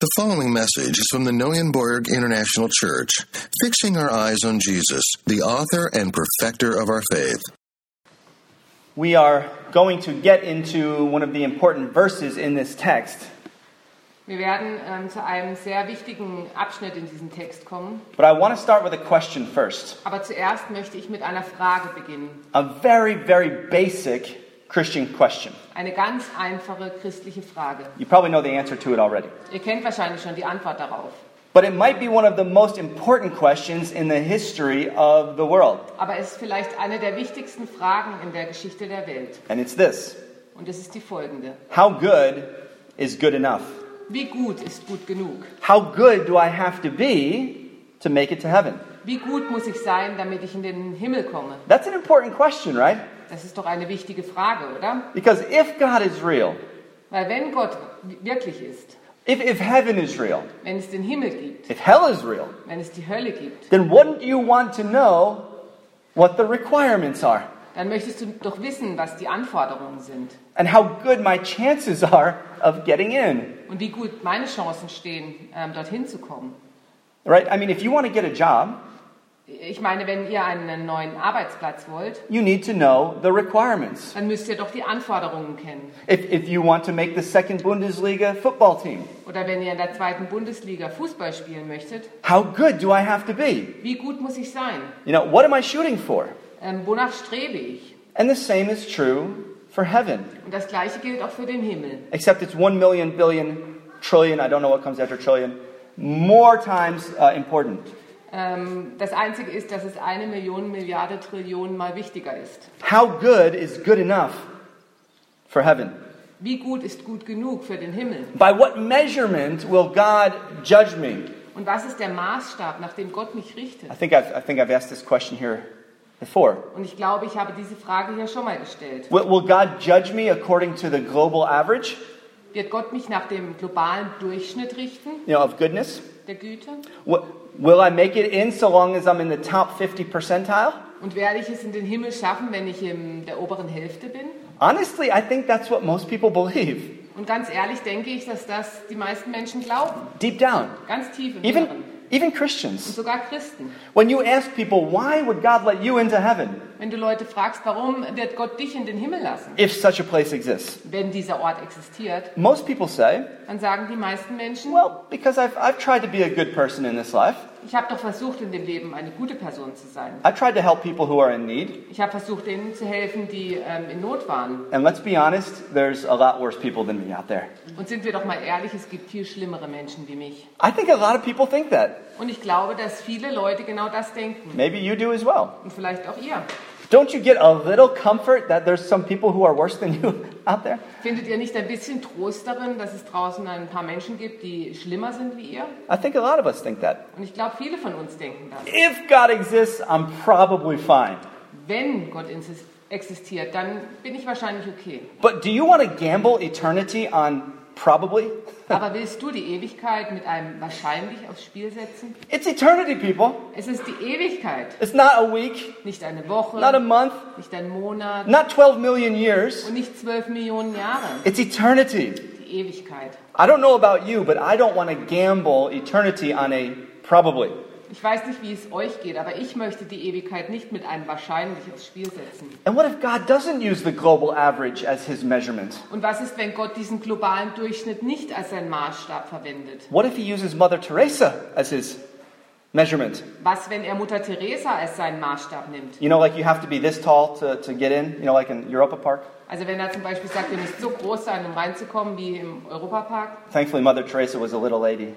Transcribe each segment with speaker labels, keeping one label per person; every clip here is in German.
Speaker 1: The following message is from the Neuenborg International Church, fixing our eyes on Jesus, the author and perfecter of our faith.
Speaker 2: We are going to get into one of the important verses in this text,
Speaker 3: Wir werden ähm, zu einem sehr wichtigen Abschnitt in diesem Text kommen.
Speaker 2: but I want to start with a question first.
Speaker 3: Aber zuerst möchte ich mit einer Frage beginnen.
Speaker 2: A very, very basic Christian question.
Speaker 3: Eine ganz einfache christliche Frage.
Speaker 2: You probably know the answer to it already.
Speaker 3: Ihr kennt wahrscheinlich schon die Antwort darauf.
Speaker 2: But it might be one of the most important questions in the history of the world.
Speaker 3: Aber es ist vielleicht eine der wichtigsten Fragen in der Geschichte der Welt.
Speaker 2: And it's this
Speaker 3: Und es ist die folgende.
Speaker 2: How good is good enough?
Speaker 3: Wie gut ist gut genug?
Speaker 2: How good do I have to be to make it to heaven?
Speaker 3: Wie gut muss ich sein, damit ich in den Himmel komme?
Speaker 2: That's an important question, right?
Speaker 3: Das ist doch eine wichtige Frage, oder?
Speaker 2: Because if God is real,
Speaker 3: Weil wenn Gott wirklich ist,
Speaker 2: if, if heaven is real,
Speaker 3: wenn es den Himmel gibt,
Speaker 2: if hell is real,
Speaker 3: wenn es die Hölle gibt,
Speaker 2: then wouldn't you want to know what the requirements are
Speaker 3: dann möchtest du doch wissen, was die Anforderungen sind.
Speaker 2: and how good my chances are of getting in?
Speaker 3: und wie gut meine Chancen stehen, ähm, dorthin zu kommen.
Speaker 2: Right? I mean, if you want to get a job,
Speaker 3: Ich meine, wenn ihr einen neuen Arbeitsplatz wollt,
Speaker 2: you need to know the requirements.
Speaker 3: dann müsst ihr doch die Anforderungen kennen.
Speaker 2: If, if you want to make the second Bundesliga football team,
Speaker 3: Oder wenn ihr in der zweiten Bundesliga Fußball spielen möchtet,
Speaker 2: how good do I have to be?
Speaker 3: wie gut muss ich sein?
Speaker 2: You know, what am I shooting for?
Speaker 3: Ähm, wonach strebe ich?
Speaker 2: And the same is true for heaven,
Speaker 3: Und das Gleiche gilt auch für den Himmel.
Speaker 2: except it's 1 million, billion, trillion, I don't know what comes after trillion, more times uh, important.
Speaker 3: Ähm, das Einzige ist, dass es eine Million, Milliarde, Trillionen mal wichtiger ist.
Speaker 2: How good is good enough for heaven?
Speaker 3: Wie gut ist gut genug für den Himmel?
Speaker 2: By what measurement will God judge me?
Speaker 3: Und was ist der Maßstab, nach dem Gott mich richtet?
Speaker 2: I think I've, I think I've asked this question here before.
Speaker 3: Und ich glaube, ich habe diese Frage hier schon mal gestellt.
Speaker 2: Will, will God judge me according to the global average
Speaker 3: Wird Gott mich nach dem globalen Durchschnitt richten,
Speaker 2: you know, of goodness?
Speaker 3: der Güte?
Speaker 2: Will, will I make it in so long as I'm in the top 50 percentile?
Speaker 3: Und werde ich es in den Himmel schaffen, wenn ich in der oberen Hälfte bin?
Speaker 2: Honestly, I think that's what most people believe
Speaker 3: Und ganz ehrlich denke ich, dass das die meisten Menschen glauben,
Speaker 2: deep down,
Speaker 3: ganz tief im Inneren.
Speaker 2: even, even
Speaker 3: Und
Speaker 2: Christians.
Speaker 3: sogar Christen.
Speaker 2: When you ask people, why would God let you into heaven
Speaker 3: Wenn du Leute fragst, warum wird Gott dich in den Himmel lassen,
Speaker 2: if such a place exists?
Speaker 3: wenn dieser Ort existiert,
Speaker 2: Most people say,
Speaker 3: dann sagen die meisten Menschen,
Speaker 2: Well, because I've, I've tried to be a good person in this life.
Speaker 3: ich habe doch versucht, in dem Leben eine gute Person zu sein.
Speaker 2: I tried to help people who are in need.
Speaker 3: Ich habe versucht, denen zu helfen, die ähm, in Not waren.
Speaker 2: And let's be honest, there's a lot worse people than me out there.
Speaker 3: Und sind wir doch mal ehrlich, es gibt viel schlimmere Menschen wie mich.
Speaker 2: I think a lot of people think that.
Speaker 3: Und ich glaube, dass viele Leute genau das denken.
Speaker 2: Maybe you do as well.
Speaker 3: Und vielleicht auch ihr.
Speaker 2: Don't you get a little comfort that there's some people who are worse than you out there?
Speaker 3: Findet ihr nicht ein bisschen Trost darin, dass es draußen ein paar Menschen gibt, die schlimmer sind wie ihr?
Speaker 2: I think a lot of us think that.
Speaker 3: Und ich glaube, viele von uns denken das.
Speaker 2: If God exists, I'm probably fine.
Speaker 3: Wenn Gott insis- existiert, dann bin ich wahrscheinlich okay.
Speaker 2: But do you want to gamble eternity on probably?
Speaker 3: Aber willst du die Ewigkeit mit einem wahrscheinlich aufs Spiel setzen?
Speaker 2: It's eternity, people.
Speaker 3: Es ist die Ewigkeit,
Speaker 2: It's not a week,
Speaker 3: nicht eine Woche,
Speaker 2: not a month,
Speaker 3: nicht ein Monat
Speaker 2: not 12 million years.
Speaker 3: und nicht zwölf Millionen Jahre.
Speaker 2: It's eternity.
Speaker 3: Die Ewigkeit.
Speaker 2: I don't know about you, but I don't want to gamble eternity on a probably.
Speaker 3: Ich weiß nicht, wie es euch geht, aber ich möchte die Ewigkeit nicht mit einem wahrscheinlich aufs Spiel setzen.
Speaker 2: And what if God doesn't use the global average as his measurement?
Speaker 3: Und was ist, wenn Gott diesen globalen Durchschnitt nicht als seinen Maßstab verwendet?
Speaker 2: What if he uses Mother Teresa as his measurement?
Speaker 3: Was, wenn er Mutter Teresa als seinen Maßstab nimmt?
Speaker 2: You know, like you have to be this tall to, to get in, you know, like in Europa Park.
Speaker 3: Also wenn er zum Beispiel sagt, ihr müsst so groß sein, um reinzukommen wie im Europapark.
Speaker 2: Thankfully, Mother Teresa was a little lady.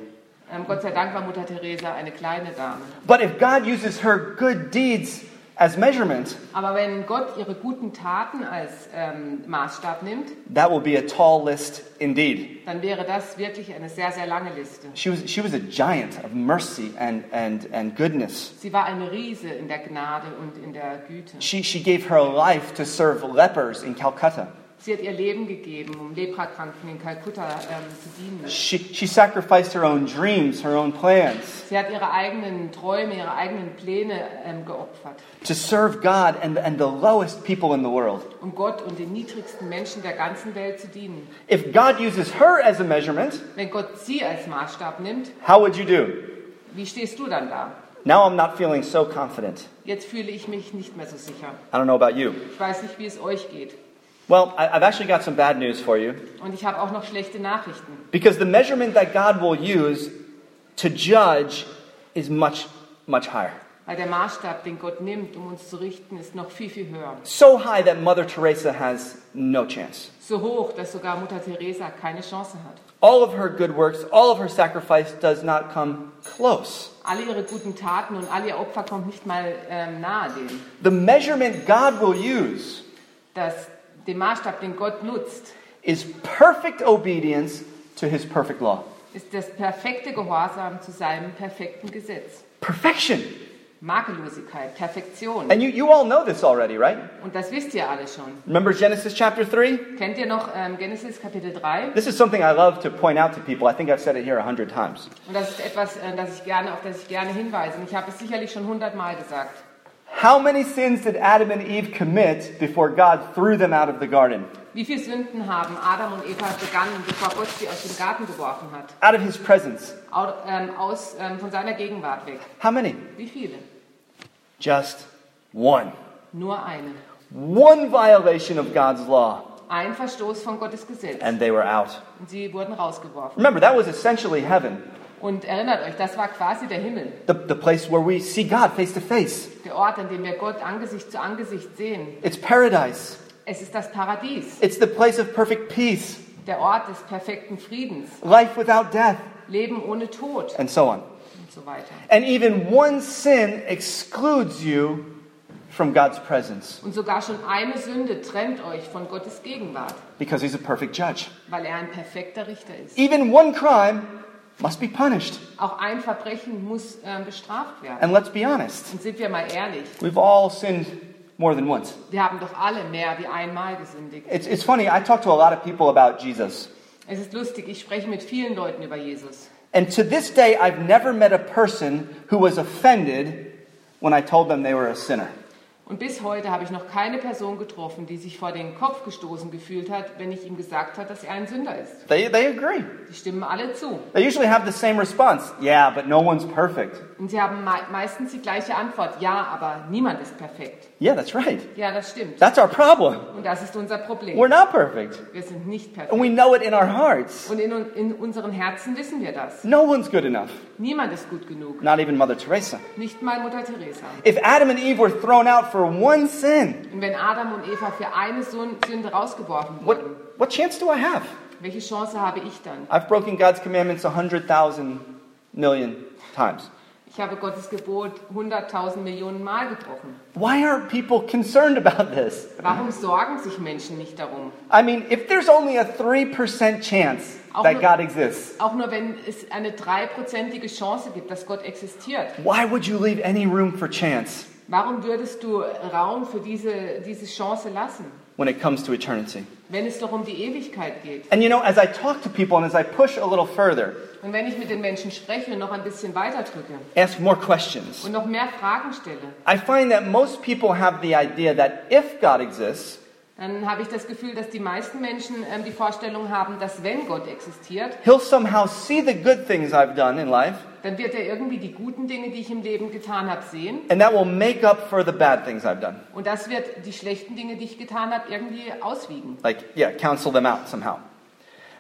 Speaker 3: Ähm, Gott sei Dank war Mutter Teresa eine kleine Dame.
Speaker 2: But if God uses her good deeds as measurement,
Speaker 3: Aber wenn Gott ihre guten Taten als ähm, Maßstab nimmt,
Speaker 2: that will be a tall list indeed.
Speaker 3: dann wäre das wirklich eine sehr, sehr lange Liste.
Speaker 2: She was, she was a giant of mercy and, and, and goodness.
Speaker 3: Sie war eine Riese in der Gnade und in der Güte.
Speaker 2: She, she gave her life to serve lepers in Calcutta.
Speaker 3: Sie hat ihr Leben gegeben, um Leprakranken in Kalkutta ähm, zu dienen.
Speaker 2: She, she sacrificed her own dreams, her own plans
Speaker 3: Sie hat ihre eigenen Träume, ihre eigenen Pläne ähm, geopfert,
Speaker 2: to serve God and, and the lowest people in the world.
Speaker 3: um Gott und den niedrigsten Menschen der ganzen Welt zu dienen.
Speaker 2: If God uses her as a measurement,
Speaker 3: Wenn Gott sie als Maßstab nimmt,
Speaker 2: how would you do?
Speaker 3: wie stehst du dann da?
Speaker 2: Now I'm not feeling so confident.
Speaker 3: Jetzt fühle ich mich nicht mehr so sicher.
Speaker 2: I don't know about you.
Speaker 3: Ich weiß nicht, wie es euch geht.
Speaker 2: Well, I, I've actually got some bad news for you
Speaker 3: Und ich habe auch noch schlechte Nachrichten.
Speaker 2: because the measurement that God will use to judge is much, much higher.
Speaker 3: Weil der Maßstab, den Gott nimmt, um uns zu richten, ist noch viel, viel höher.
Speaker 2: So high that Mother Teresa has no chance.
Speaker 3: So hoch, dass sogar Mutter Teresa keine Chance hat.
Speaker 2: All of her good works, all of her sacrifice does not come close.
Speaker 3: Alle ihre guten Taten und all ihr Opfer kommt nicht mal ähm, nahe dem.
Speaker 2: The measurement God will use
Speaker 3: Dass dem Maßstab, den Gott nutzt,
Speaker 2: is perfect obedience to his perfect law.
Speaker 3: ist das perfekte Gehorsam zu seinem perfekten Gesetz.
Speaker 2: Perfection.
Speaker 3: Makellosigkeit, Perfektion.
Speaker 2: And you, you all know this already, right?
Speaker 3: Und das wisst ihr alle schon.
Speaker 2: Remember Genesis chapter 3?
Speaker 3: Kennt ihr noch ähm, Genesis Kapitel 3?
Speaker 2: This is something I love to point out to people. I think I've said it here a hundred times.
Speaker 3: Und das ist etwas, äh, das ich gerne, auf das ich gerne hinweise. Und ich habe es sicherlich schon hundertmal gesagt.
Speaker 2: How many sins did Adam and Eve commit before God threw them out of the garden?
Speaker 3: Wie viele Sünden haben Adam und Eva begangen, bevor Gott sie aus dem Garten geworfen hat?
Speaker 2: Out of his presence.
Speaker 3: Au- ähm, Aus, ähm, von seiner Gegenwart weg.
Speaker 2: How many?
Speaker 3: Wie viele?
Speaker 2: Just one.
Speaker 3: Nur eine.
Speaker 2: One violation of God's law,
Speaker 3: Ein Verstoß von Gottes Gesetz.
Speaker 2: and they were out.
Speaker 3: Und sie wurden rausgeworfen.
Speaker 2: Remember, that was essentially heaven,
Speaker 3: Und erinnert euch, das war quasi der Himmel.
Speaker 2: the, the place where we see God face to face.
Speaker 3: Der Ort, an dem wir Gott Angesicht zu Angesicht sehen.
Speaker 2: It's paradise,
Speaker 3: Es ist das Paradies.
Speaker 2: it's the place of perfect peace,
Speaker 3: Der Ort des perfekten Friedens.
Speaker 2: life without death,
Speaker 3: Leben ohne Tod.
Speaker 2: and so on.
Speaker 3: Und so weiter.
Speaker 2: And even one sin excludes you from God's presence
Speaker 3: Und sogar schon eine Sünde trennt euch von Gottes Gegenwart,
Speaker 2: because He's a perfect judge.
Speaker 3: weil er ein perfekter Richter ist.
Speaker 2: Even one crime must be punished.
Speaker 3: Auch ein Verbrechen muss ähm, bestraft werden.
Speaker 2: And let's be honest,
Speaker 3: Und sind wir mal ehrlich,
Speaker 2: we've all sinned more than once.
Speaker 3: wir haben doch alle mehr wie einmal gesündigt.
Speaker 2: It's, it's funny, I talk to a lot of people about Jesus.
Speaker 3: Es ist lustig, ich spreche mit vielen Leuten über Jesus.
Speaker 2: And to this day, I've never met a person who was offended when I told them they were a sinner.
Speaker 3: Und bis heute habe ich noch keine Person getroffen, die sich vor den Kopf gestoßen gefühlt hat, wenn ich ihm gesagt habe, dass er ein Sünder ist.
Speaker 2: They, they agree.
Speaker 3: Die stimmen alle zu.
Speaker 2: They usually have the same response Yeah, but no one's perfect.
Speaker 3: Und sie haben mei- meistens die gleiche Antwort. Ja, aber niemand ist perfekt.
Speaker 2: Yeah, that's right.
Speaker 3: Ja, das stimmt.
Speaker 2: That's our problem.
Speaker 3: Und das ist unser Problem.
Speaker 2: We're not perfect.
Speaker 3: Wir sind nicht perfekt.
Speaker 2: And we know it in our hearts.
Speaker 3: Und in, un- in unseren Herzen wissen wir das.
Speaker 2: No one's good enough,
Speaker 3: Niemand ist gut genug.
Speaker 2: not even Mother Teresa.
Speaker 3: Nicht mal Mutter Teresa.
Speaker 2: If Adam and Eve were thrown out for one sin,
Speaker 3: Und wenn Adam und Eva für eine Sün- Sünde rausgeworfen wurden,
Speaker 2: what, what chance do I have?
Speaker 3: welche Chance habe ich dann?
Speaker 2: I've broken God's commandments a 100,000 million times.
Speaker 3: Ich habe Gottes Gebot 100.000 Millionen Mal gebrochen.
Speaker 2: Why aren't people concerned about this?
Speaker 3: Warum sorgen sich Menschen nicht darum?
Speaker 2: I mean, if there's only a 3% chance
Speaker 3: Auch
Speaker 2: that
Speaker 3: nur-
Speaker 2: God exists,
Speaker 3: Auch nur wenn es eine dreiprozentige Chance gibt, dass Gott existiert.
Speaker 2: why would you leave any room for chance
Speaker 3: Warum würdest du Raum für diese, diese Chance lassen,
Speaker 2: when it comes to eternity?
Speaker 3: wenn es doch um die Ewigkeit geht?
Speaker 2: And you know, as I talk to people and as I push a little further,
Speaker 3: Und wenn ich mit den Menschen spreche und noch ein bisschen weiter drücke
Speaker 2: ask more questions,
Speaker 3: und noch mehr Fragen stelle,
Speaker 2: I find that most people have the idea that if God exists,
Speaker 3: dann habe ich das Gefühl, dass die meisten Menschen ähm, die Vorstellung haben, dass wenn Gott existiert,
Speaker 2: He'll somehow see the good things I've done in life,
Speaker 3: dann wird er irgendwie die guten Dinge, die ich im Leben getan habe, sehen.
Speaker 2: and that will make up for the bad things I've done.
Speaker 3: Und das wird die schlechten Dinge, die ich getan habe, irgendwie auswiegen.
Speaker 2: Like, yeah, cancel them out somehow.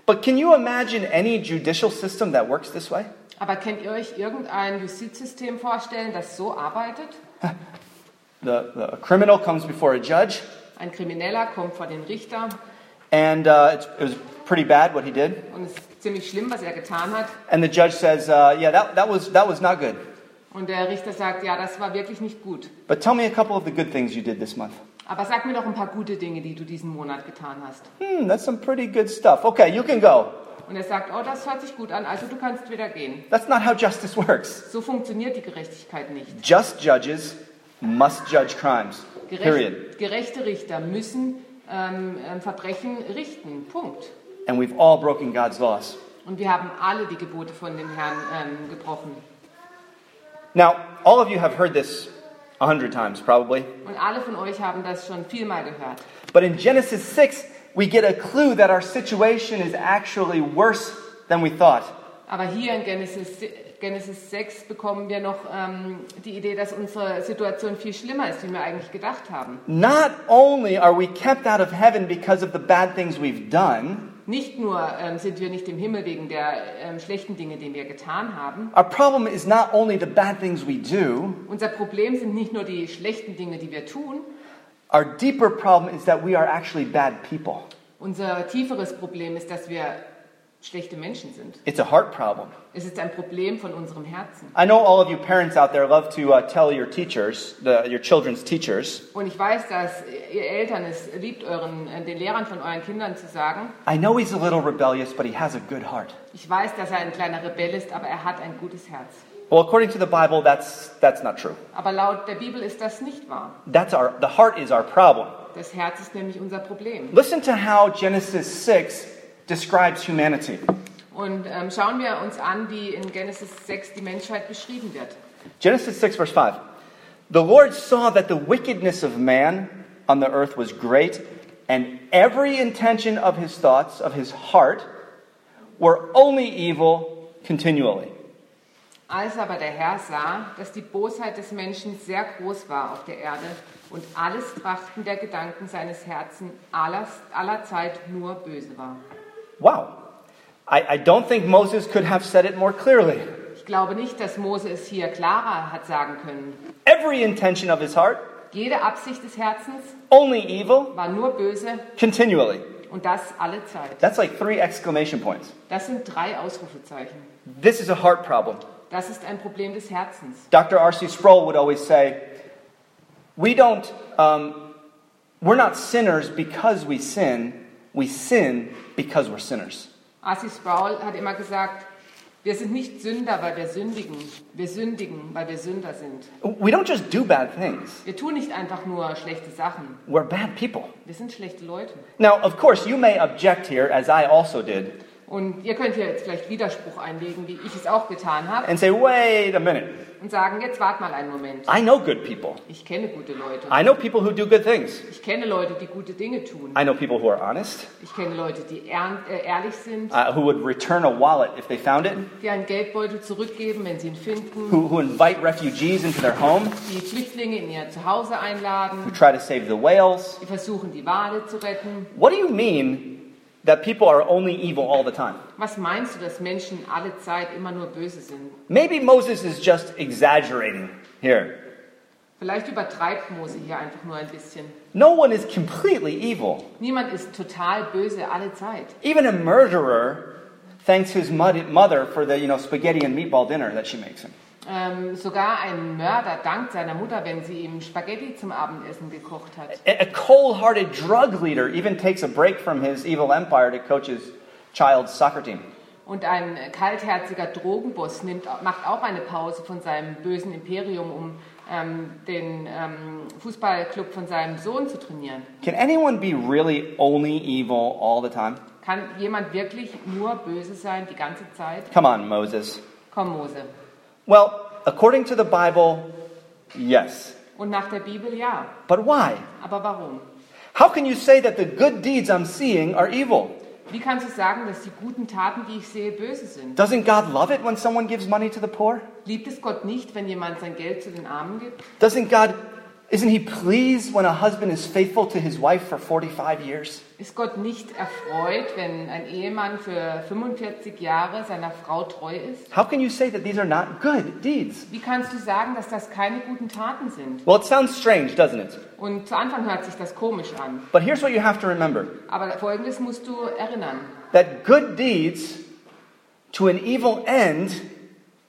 Speaker 2: But can you imagine any judicial system that works this way?
Speaker 3: Aber könnt ihr euch irgendein Justizsystem vorstellen, das so arbeitet?
Speaker 2: The, the a criminal comes before a judge,
Speaker 3: Ein Krimineller kommt vor den Richter
Speaker 2: and uh, it's, it was pretty bad what he did.
Speaker 3: und es ist ziemlich schlimm, was er getan hat.
Speaker 2: And the judge says, uh, "Yeah, that, that was that was not good.
Speaker 3: Und der Richter sagt, ja, das war wirklich nicht gut.
Speaker 2: But tell me a couple of the good things you did this month.
Speaker 3: Aber sag mir doch ein paar gute Dinge, die du diesen Monat getan hast.
Speaker 2: Hmm, that's some pretty good stuff. Okay, you can go.
Speaker 3: Und er sagt, oh, das hört sich gut an, also du kannst wieder gehen.
Speaker 2: That's not how justice works.
Speaker 3: So funktioniert die Gerechtigkeit nicht.
Speaker 2: Just judges must judge crimes. Period.
Speaker 3: Gerecht, gerechte Richter müssen ähm, ähm, Verbrechen richten. Punkt.
Speaker 2: And we've all broken God's laws.
Speaker 3: Und wir haben alle die Gebote von dem Herrn ähm, gebrochen.
Speaker 2: Now, all of you have heard this a hundred times probably,
Speaker 3: Und alle von euch haben das schon vielmal gehört.
Speaker 2: but in Genesis 6, we get a clue that our situation is actually worse than we thought.
Speaker 3: Aber hier in Genesis, Genesis 6 bekommen wir noch ähm, die Idee, dass unsere Situation viel schlimmer ist, wie wir eigentlich gedacht haben.
Speaker 2: Not only are we kept out of heaven because of the bad things we've done,
Speaker 3: Nicht nur ähm, sind wir nicht im Himmel wegen der ähm, schlechten Dinge, die wir getan haben.
Speaker 2: our problem is not only the bad things we do,
Speaker 3: Unser Problem sind nicht nur die schlechten Dinge, die wir tun.
Speaker 2: our deeper problem is that we are actually bad people.
Speaker 3: Unser tieferes Problem ist, dass wir schlechte Menschen sind.
Speaker 2: It's a heart problem.
Speaker 3: Es ist ein Problem von unserem Herzen.
Speaker 2: I know all of you parents out there love to uh, tell your teachers, the, your children's teachers,
Speaker 3: Und ich weiß, dass ihr Eltern es liebt, euren, äh, den Lehrern von euren Kindern zu sagen,
Speaker 2: I know he's a little rebellious, but he has a good heart.
Speaker 3: ich weiß, dass er ein kleiner Rebell ist, aber er hat ein gutes Herz.
Speaker 2: Well, according to the Bible, that's, that's not true.
Speaker 3: Aber laut der Bibel ist das nicht wahr.
Speaker 2: That's our, the heart is our problem.
Speaker 3: Das Herz ist nämlich unser Problem.
Speaker 2: Listen to how Genesis 6 describes humanity.
Speaker 3: Und ähm, schauen wir uns an, wie in Genesis 6 die Menschheit beschrieben wird.
Speaker 2: Genesis 6, verse 5. The Lord saw that the wickedness of man on the earth was great, and every intention of his thoughts, of his heart, were only evil continually.
Speaker 3: Als aber der Herr sah, dass die Bosheit des Menschen sehr groß war auf der Erde und alles Trachten der Gedanken seines Herzens aller, aller Zeit nur böse war.
Speaker 2: Wow. I, I don't think Moses could have said it more clearly.
Speaker 3: Ich glaube nicht, dass Mose es hier klarer hat sagen können.
Speaker 2: Every intention of his heart,
Speaker 3: Jede Absicht des Herzens
Speaker 2: only evil
Speaker 3: war nur böse
Speaker 2: continually.
Speaker 3: und das alle Zeit.
Speaker 2: That's like three exclamation points.
Speaker 3: Das sind drei Ausrufezeichen.
Speaker 2: This is a heart problem.
Speaker 3: Das ist ein Problem des Herzens.
Speaker 2: Dr. R.C. Sproul would always say, We don't, um, we're not sinners because we sin, we sin because we're sinners.
Speaker 3: Arcee Sproul hat immer gesagt, wir sind nicht Sünder, weil wir sündigen. Wir sündigen, weil wir Sünder sind.
Speaker 2: We don't just do bad things,
Speaker 3: Wir tun nicht einfach nur schlechte Sachen.
Speaker 2: we're bad people.
Speaker 3: Wir sind schlechte Leute.
Speaker 2: Now, of course, you may object here, as I also did,
Speaker 3: Und ihr könnt hier jetzt vielleicht Widerspruch einlegen, wie ich es auch getan habe,
Speaker 2: and say, Wait a minute,
Speaker 3: und sagen, jetzt wart mal einen Moment.
Speaker 2: I know good people.
Speaker 3: Ich kenne gute Leute.
Speaker 2: I know people who do good things.
Speaker 3: Ich kenne Leute, die gute Dinge tun.
Speaker 2: I know people who are honest,
Speaker 3: Ich kenne Leute, die ern- äh, ehrlich sind,
Speaker 2: uh, who would return a wallet if they found it,
Speaker 3: die einen Geldbeutel zurückgeben, wenn sie ihn finden,
Speaker 2: who, who invite refugees into their home,
Speaker 3: die Flüchtlinge in ihr Zuhause
Speaker 2: who
Speaker 3: einladen,
Speaker 2: try to save the whales.
Speaker 3: die versuchen, die Wale zu retten.
Speaker 2: What do you mean that people are only evil all the time?
Speaker 3: Was meinst du, dass Menschen alle Zeit immer nur böse sind?
Speaker 2: Maybe Moses is just exaggerating here.
Speaker 3: Vielleicht übertreibt Mose hier einfach nur ein bisschen.
Speaker 2: No one is completely evil.
Speaker 3: Niemand ist total böse alle Zeit.
Speaker 2: Even a murderer thanks his mud- mother for the you know spaghetti and meatball dinner that she makes him.
Speaker 3: Ähm, sogar ein Mörder dankt seiner Mutter, wenn sie ihm Spaghetti zum Abendessen gekocht hat.
Speaker 2: A a cold-hearted drug leader even takes a break from his evil empire to coach his child's soccer team.
Speaker 3: Und ein kaltherziger Drogenboss nimmt, macht auch eine Pause von seinem bösen Imperium, um ähm, den ähm, Fußballclub von seinem Sohn zu trainieren.
Speaker 2: Can anyone be really only evil all the time?
Speaker 3: Kann jemand wirklich nur böse sein die ganze Zeit?
Speaker 2: Come on, Moses.
Speaker 3: Komm, Mose.
Speaker 2: Well, according to the Bible, yes.
Speaker 3: Und nach der Bibel ja.
Speaker 2: But why?
Speaker 3: Aber warum?
Speaker 2: How can you say that the good deeds I'm seeing are evil?
Speaker 3: Wie kannst du sagen, dass die guten Taten, die ich sehe, böse sind?
Speaker 2: Doesn't God love it when someone gives money to the poor?
Speaker 3: Liebt es Gott nicht, wenn jemand sein Geld zu den Armen gibt?
Speaker 2: Doesn't God, isn't He pleased when a husband is faithful to his wife for 45 years?
Speaker 3: Ist Gott nicht erfreut, wenn ein Ehemann für 45 Jahre seiner Frau treu ist?
Speaker 2: How can you say that these are not good deeds?
Speaker 3: Wie kannst du sagen, dass das keine guten Taten sind?
Speaker 2: Well, it sounds strange, doesn't it?
Speaker 3: Und zu Anfang hört sich das komisch an.
Speaker 2: But here's what you have to remember
Speaker 3: Aber Folgendes musst du erinnern.
Speaker 2: that good deeds to an evil end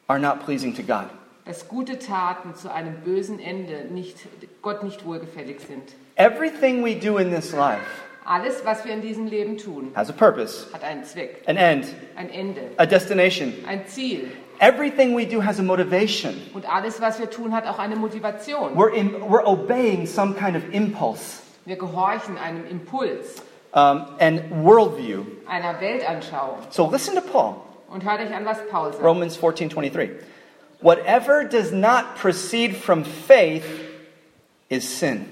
Speaker 2: are not pleasing to God.
Speaker 3: Dass gute Taten zu einem bösen Ende nicht, Gott nicht wohlgefällig sind.
Speaker 2: Everything we do in this life
Speaker 3: Alles, was wir in diesem Leben tun,
Speaker 2: has a purpose,
Speaker 3: hat einen Zweck,
Speaker 2: an end,
Speaker 3: ein Ende,
Speaker 2: a destination.
Speaker 3: ein Ziel.
Speaker 2: Everything we do has a motivation.
Speaker 3: Und alles, was wir tun, hat auch eine Motivation.
Speaker 2: We're, in, we're obeying some kind of impulse.
Speaker 3: Wir gehorchen einem Impuls,
Speaker 2: um, and worldview.
Speaker 3: einer Weltanschauung.
Speaker 2: So listen to Paul,
Speaker 3: Und hört euch an, was Paul sagt.
Speaker 2: Romans 14 23. Whatever does not proceed from faith is sin.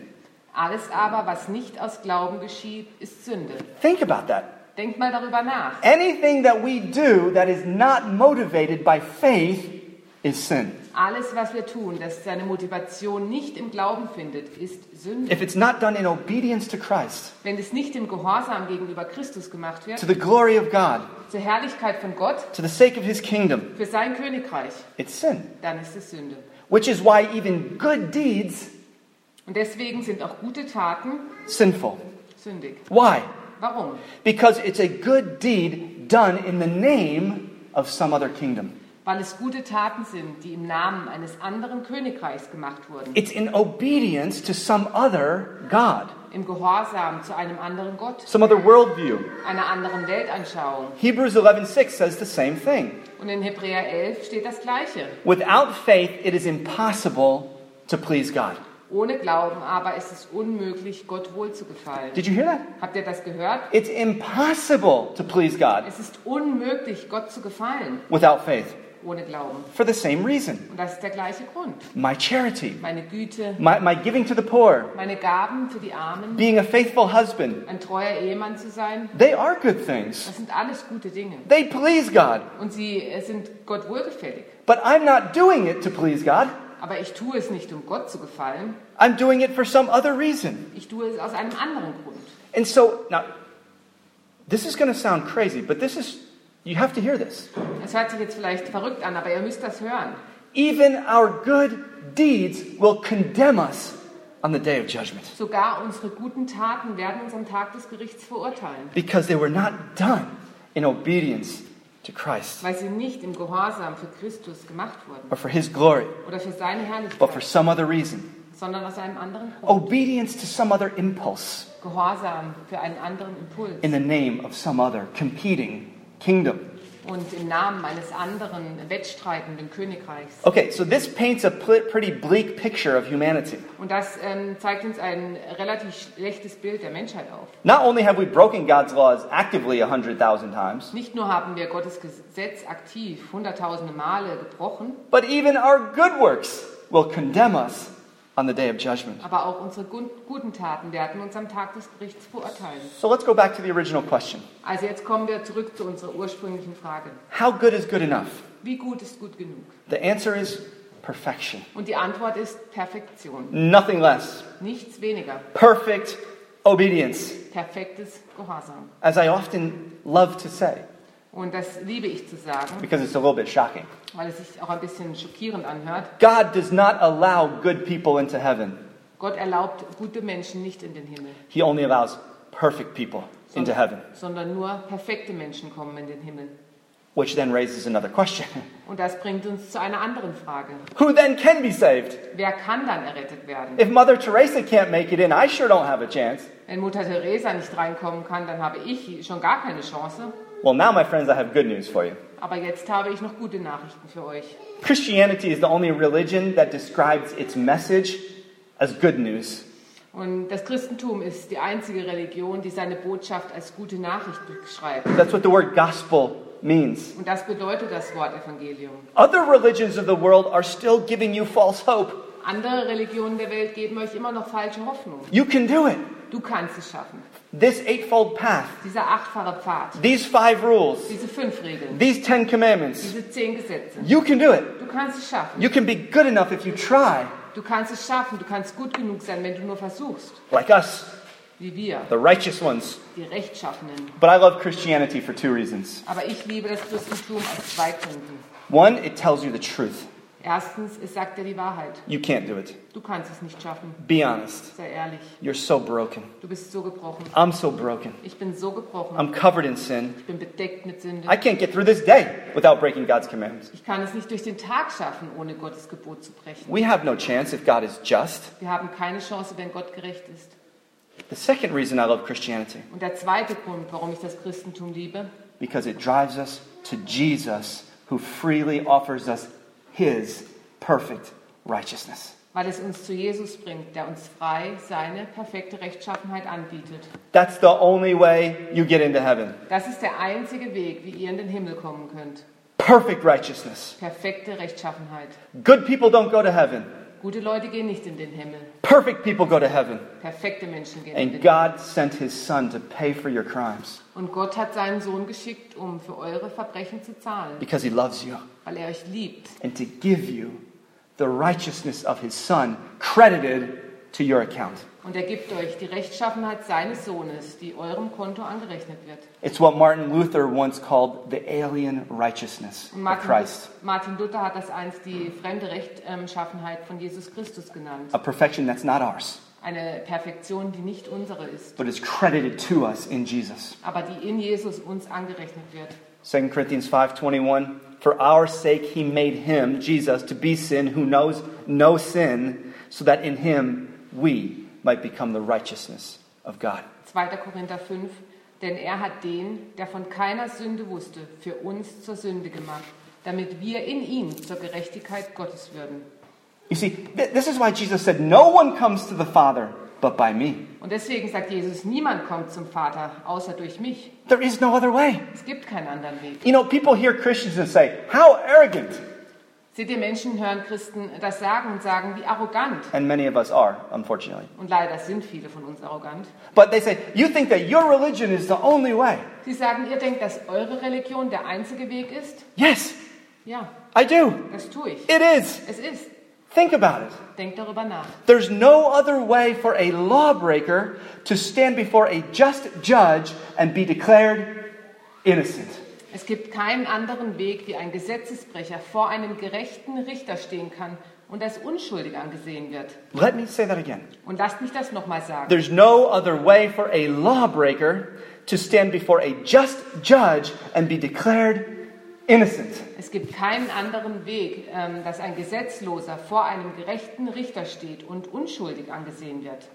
Speaker 3: Alles aber, was nicht aus Glauben geschieht, ist Sünde.
Speaker 2: Think about that.
Speaker 3: Denkt mal darüber nach.
Speaker 2: Anything that we do that is not motivated by faith is sin.
Speaker 3: Alles, was wir tun, das seine Motivation nicht im Glauben findet, ist Sünde.
Speaker 2: If it's not done in obedience to Christ,
Speaker 3: Wenn es nicht im Gehorsam gegenüber Christus gemacht
Speaker 2: to
Speaker 3: wird,
Speaker 2: the glory of God,
Speaker 3: zur Herrlichkeit von Gott,
Speaker 2: to the sake of his kingdom,
Speaker 3: für sein Königreich,
Speaker 2: it's sin.
Speaker 3: dann ist es Sünde.
Speaker 2: Which is why even good deeds
Speaker 3: Und deswegen sind auch gute Taten
Speaker 2: sinful.
Speaker 3: sündig.
Speaker 2: Why?
Speaker 3: Warum?
Speaker 2: Because it's a good deed done in the name of some other kingdom.
Speaker 3: Weil es gute Taten sind, die im Namen eines anderen Königreichs gemacht wurden.
Speaker 2: It's in obedience to some other God,
Speaker 3: Im Gehorsam zu einem anderen Gott,
Speaker 2: some other worldview.
Speaker 3: einer anderen Weltanschauung.
Speaker 2: Hebrews 11:6 says the same thing.
Speaker 3: Und in Hebräer 11 steht das Gleiche.
Speaker 2: Without faith, it is impossible to please God.
Speaker 3: Ohne Glauben aber ist es unmöglich, Gott wohlzugefallen.
Speaker 2: Did you hear that?
Speaker 3: Habt ihr das gehört?
Speaker 2: It's impossible to please God
Speaker 3: Es ist unmöglich, Gott zu gefallen,
Speaker 2: without faith
Speaker 3: ohne Glauben.
Speaker 2: for the same reason.
Speaker 3: Und das ist der gleiche Grund.
Speaker 2: My charity,
Speaker 3: Meine Güte,
Speaker 2: my, my giving to the poor,
Speaker 3: meine Gaben für die Armen,
Speaker 2: being a faithful husband,
Speaker 3: ein treuer Ehemann zu sein,
Speaker 2: they are good things.
Speaker 3: das sind alles gute Dinge.
Speaker 2: They please God.
Speaker 3: Und sie äh, sind Gott wohlgefällig.
Speaker 2: But I'm not doing it to please God.
Speaker 3: Aber ich tue es nicht, um Gott zu gefallen.
Speaker 2: I'm doing it for some other reason.
Speaker 3: Ich tue es aus einem anderen Grund.
Speaker 2: And so, now, this is going to sound crazy, but this is, you have to hear this.
Speaker 3: Das hört sich jetzt vielleicht verrückt an, aber ihr müsst das hören.
Speaker 2: Even our good deeds will condemn us on the day of judgment
Speaker 3: Sogar unsere guten Taten werden uns am Tag des Gerichts verurteilen,
Speaker 2: because they were not done in obedience to Christ
Speaker 3: weil sie nicht im Gehorsam für Christus gemacht wurden
Speaker 2: or for his glory,
Speaker 3: oder für seine
Speaker 2: but for
Speaker 3: Herrlichkeit,
Speaker 2: some other reason.
Speaker 3: sondern aus einem anderen Grund.
Speaker 2: Obedience to some other impulse
Speaker 3: Gehorsam für einen anderen Impuls
Speaker 2: Oh. in the name of some other competing kingdom.
Speaker 3: und im Namen eines anderen wettstreitenden Königreichs.
Speaker 2: Okay, so this paints a pl- pretty bleak picture of humanity.
Speaker 3: Und das ähm, zeigt uns ein relativ schlechtes Bild der Menschheit auf.
Speaker 2: Not only have we broken God's laws actively 100,000 times,
Speaker 3: Nicht nur haben wir Gottes Gesetz aktiv hunderttausende Male gebrochen,
Speaker 2: but even our good works will condemn us on the day of judgment.
Speaker 3: aber auch unsere gun- guten Taten werden uns am Tag des Gerichts verurteilen.
Speaker 2: So let's go back to the original question
Speaker 3: Also jetzt kommen wir zurück zu unserer ursprünglichen Frage.
Speaker 2: How good is good enough?
Speaker 3: Wie gut ist gut genug?
Speaker 2: The answer is perfection.
Speaker 3: Und die Antwort ist Perfektion.
Speaker 2: Nothing less.
Speaker 3: Nichts weniger.
Speaker 2: Perfect obedience,
Speaker 3: Perfektes Gehorsam.
Speaker 2: as I often love to say,
Speaker 3: Und das liebe ich zu sagen,
Speaker 2: because it's a little bit shocking.
Speaker 3: weil es sich auch ein bisschen schockierend anhört.
Speaker 2: God does not allow good people into heaven,
Speaker 3: Gott erlaubt gute Menschen nicht in den Himmel,
Speaker 2: He only allows perfect people into heaven,
Speaker 3: sondern nur perfekte Menschen kommen in den Himmel.
Speaker 2: which then raises another question
Speaker 3: Und das bringt uns zu einer anderen Frage.
Speaker 2: Who then can be saved?
Speaker 3: Wer kann dann errettet werden?
Speaker 2: If Mother Teresa can't make it in, I sure don't have a chance.
Speaker 3: Wenn Mutter Teresa nicht reinkommen kann, dann habe ich schon gar keine Chance.
Speaker 2: Well, now, my friends, I have good news for you.
Speaker 3: Aber jetzt habe ich noch gute Nachrichten für euch.
Speaker 2: Christianity is the only religion that describes its message as good news.
Speaker 3: Und das Christentum ist die einzige Religion, die seine Botschaft als gute Nachricht beschreibt.
Speaker 2: That's what the word gospel means.
Speaker 3: Und das bedeutet das Wort Evangelium.
Speaker 2: Other religions of the world are still giving you false hope.
Speaker 3: Andere Religionen der Welt geben euch immer noch falsche Hoffnung.
Speaker 2: You can do it.
Speaker 3: Du kannst es schaffen.
Speaker 2: This eightfold path,
Speaker 3: Dieser achtfache Pfad,
Speaker 2: these five rules,
Speaker 3: diese fünf Regeln,
Speaker 2: these ten commandments,
Speaker 3: diese zehn Gesetze.
Speaker 2: you can do it.
Speaker 3: Du kannst es schaffen.
Speaker 2: You can be good enough if you try,
Speaker 3: Du kannst es schaffen. Du kannst gut genug sein, wenn du nur versuchst.
Speaker 2: like us,
Speaker 3: Wie wir,
Speaker 2: the righteous ones.
Speaker 3: die Rechtschaffenen.
Speaker 2: But I love Christianity for two reasons.
Speaker 3: Aber ich liebe das Christentum aus zwei Gründen.
Speaker 2: One, it tells you the truth.
Speaker 3: Erstens, es sagt dir die Wahrheit.
Speaker 2: You can't do it.
Speaker 3: Du kannst es nicht schaffen.
Speaker 2: Be honest.
Speaker 3: Sei ehrlich.
Speaker 2: You're so broken.
Speaker 3: Du bist so gebrochen.
Speaker 2: I'm so broken.
Speaker 3: Ich bin so gebrochen.
Speaker 2: I'm covered in sin.
Speaker 3: Ich bin bedeckt mit Sünde.
Speaker 2: I can't get through this day without breaking God's commandments.
Speaker 3: Ich kann es nicht durch den Tag schaffen, ohne Gottes Gebot zu brechen.
Speaker 2: We have no chance if God is just.
Speaker 3: Wir haben keine Chance, wenn Gott gerecht ist.
Speaker 2: The second reason I love Christianity,
Speaker 3: Und der zweite Grund, warum ich das Christentum liebe,
Speaker 2: because it drives us to Jesus, who freely offers us his perfect righteousness.
Speaker 3: weil es uns zu Jesus bringt, der uns frei seine perfekte Rechtschaffenheit anbietet.
Speaker 2: That's the only way you get into heaven.
Speaker 3: Das ist der einzige Weg, wie ihr in den Himmel kommen könnt.
Speaker 2: Perfect righteousness.
Speaker 3: Perfekte Rechtschaffenheit.
Speaker 2: Good people don't go to heaven.
Speaker 3: Gute Leute gehen nicht in den Himmel.
Speaker 2: Perfect people go to heaven.
Speaker 3: Perfekte Menschen gehen in
Speaker 2: And
Speaker 3: den Himmel.
Speaker 2: God sent his son to pay for your crimes
Speaker 3: Und Gott hat seinen Sohn geschickt, um für eure Verbrechen zu zahlen,
Speaker 2: because he loves you
Speaker 3: weil er euch liebt
Speaker 2: and to give you the righteousness of his son credited to your account.
Speaker 3: Und er gibt euch die Rechtschaffenheit seines Sohnes, die eurem Konto angerechnet wird.
Speaker 2: It's what Martin Luther once called the alien righteousness
Speaker 3: Und
Speaker 2: of
Speaker 3: Martin,
Speaker 2: Christ,
Speaker 3: Martin Luther hat das einst die fremde Rechtschaffenheit von Jesus Christus genannt.
Speaker 2: a perfection that's not ours,
Speaker 3: Eine Perfektion, die nicht unsere ist,
Speaker 2: but is credited to us in Jesus.
Speaker 3: aber die in Jesus uns angerechnet wird.
Speaker 2: 2 Corinthians 5:21 For our sake he made him Jesus to be sin who knows no sin so that in him we might become the righteousness of God.
Speaker 3: 2. Korinther 5. Denn er hat den, der von keiner Sünde wusste, für uns zur Sünde gemacht, damit wir in ihm zur Gerechtigkeit Gottes würden.
Speaker 2: You see, th- this is why Jesus said no one comes to the Father but by me.
Speaker 3: Und deswegen sagt Jesus, niemand kommt zum Vater außer durch mich.
Speaker 2: There is no other way.
Speaker 3: Es gibt keinen anderen Weg.
Speaker 2: You know, people hear Christians and say, "How arrogant."
Speaker 3: Seht ihr, Menschen hören Christen das sagen und sagen, wie arrogant.
Speaker 2: And many of us are, unfortunately.
Speaker 3: Und leider sind viele von uns arrogant.
Speaker 2: But they say, "You think that your religion is the only way."
Speaker 3: Sie sagen, ihr denkt, dass eure Religion der einzige Weg ist?
Speaker 2: Yes,
Speaker 3: Ja,
Speaker 2: I do.
Speaker 3: das tue ich.
Speaker 2: It is.
Speaker 3: Es ist.
Speaker 2: Think about it.
Speaker 3: Denkt darüber nach.
Speaker 2: There's no other way for a lawbreaker to stand before a just judge and be declared innocent.
Speaker 3: Es gibt keinen anderen Weg, wie ein Gesetzesbrecher vor einem gerechten Richter stehen kann und als unschuldig angesehen wird.
Speaker 2: Let me say that again.
Speaker 3: Und lasst mich das nochmal sagen.
Speaker 2: There's no other way for a lawbreaker to stand before a just judge and be declared innocent.
Speaker 3: Es gibt keinen anderen Weg, ähm, dass ein Gesetzloser vor einem gerechten Richter steht und unschuldig angesehen wird.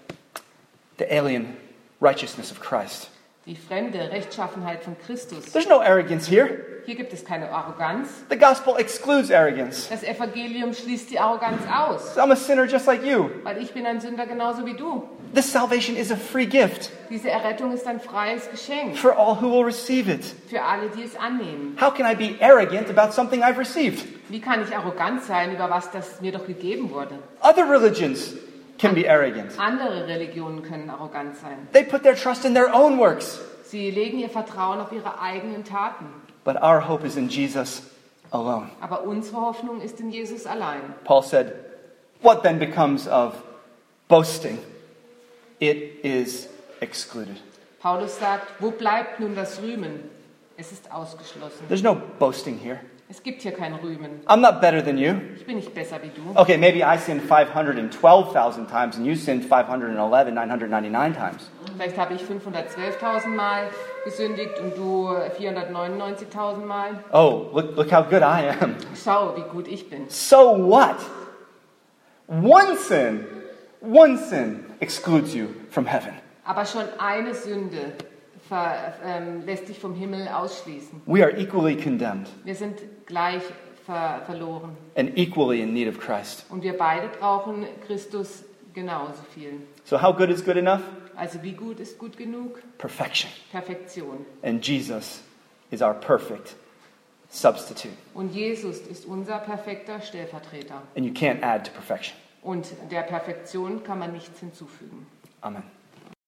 Speaker 2: The alien righteousness of Christ.
Speaker 3: Die fremde Rechtschaffenheit von Christus.
Speaker 2: There's no arrogance here.
Speaker 3: Hier gibt es keine Arroganz.
Speaker 2: The gospel excludes arrogance.
Speaker 3: Das Evangelium schließt die Arroganz aus,
Speaker 2: I'm a sinner just like you.
Speaker 3: weil ich bin ein Sünder genauso wie du.
Speaker 2: This salvation is a free gift
Speaker 3: Diese Errettung ist ein freies Geschenk
Speaker 2: for all who will receive it.
Speaker 3: für alle, die es annehmen.
Speaker 2: How can I be arrogant about something I've received?
Speaker 3: Wie kann ich arrogant sein über was, das mir doch gegeben wurde?
Speaker 2: Other religions can be arrogant.
Speaker 3: Andere Religionen können arrogant sein.
Speaker 2: They put their trust in their own works.
Speaker 3: Sie legen ihr Vertrauen auf ihre eigenen Taten.
Speaker 2: But our hope is in Jesus alone.
Speaker 3: Aber unsere Hoffnung ist in Jesus allein.
Speaker 2: Paul said, What then becomes of boasting? It is excluded.
Speaker 3: Paulus sagt, wo bleibt nun das Rühmen? Es ist ausgeschlossen.
Speaker 2: There's no boasting here.
Speaker 3: Es gibt hier kein Rühmen.
Speaker 2: I'm not better than you.
Speaker 3: Ich bin nicht besser wie du.
Speaker 2: Okay, maybe I sinned 512,000 times and you sinned 511, 999 times.
Speaker 3: Vielleicht habe ich 512.000 Mal gesündigt und du 499.000 Mal.
Speaker 2: Oh, look, look how good I am.
Speaker 3: Schau, wie gut ich bin.
Speaker 2: So what? One sin, one sin excludes you from heaven.
Speaker 3: Aber schon eine Sünde ver, ähm, lässt dich vom Himmel ausschließen.
Speaker 2: We are equally condemned
Speaker 3: Wir sind gleich ver, verloren.
Speaker 2: and equally in need of Christ.
Speaker 3: Und wir beide brauchen Christus genauso viel.
Speaker 2: So, how good is good enough?
Speaker 3: Also wie gut ist gut genug?
Speaker 2: Perfection.
Speaker 3: Perfektion.
Speaker 2: And Jesus is our perfect substitute.
Speaker 3: Und Jesus ist unser perfekter Stellvertreter.
Speaker 2: And you can't add to perfection.
Speaker 3: Und der Perfektion kann man nichts hinzufügen.
Speaker 2: Amen.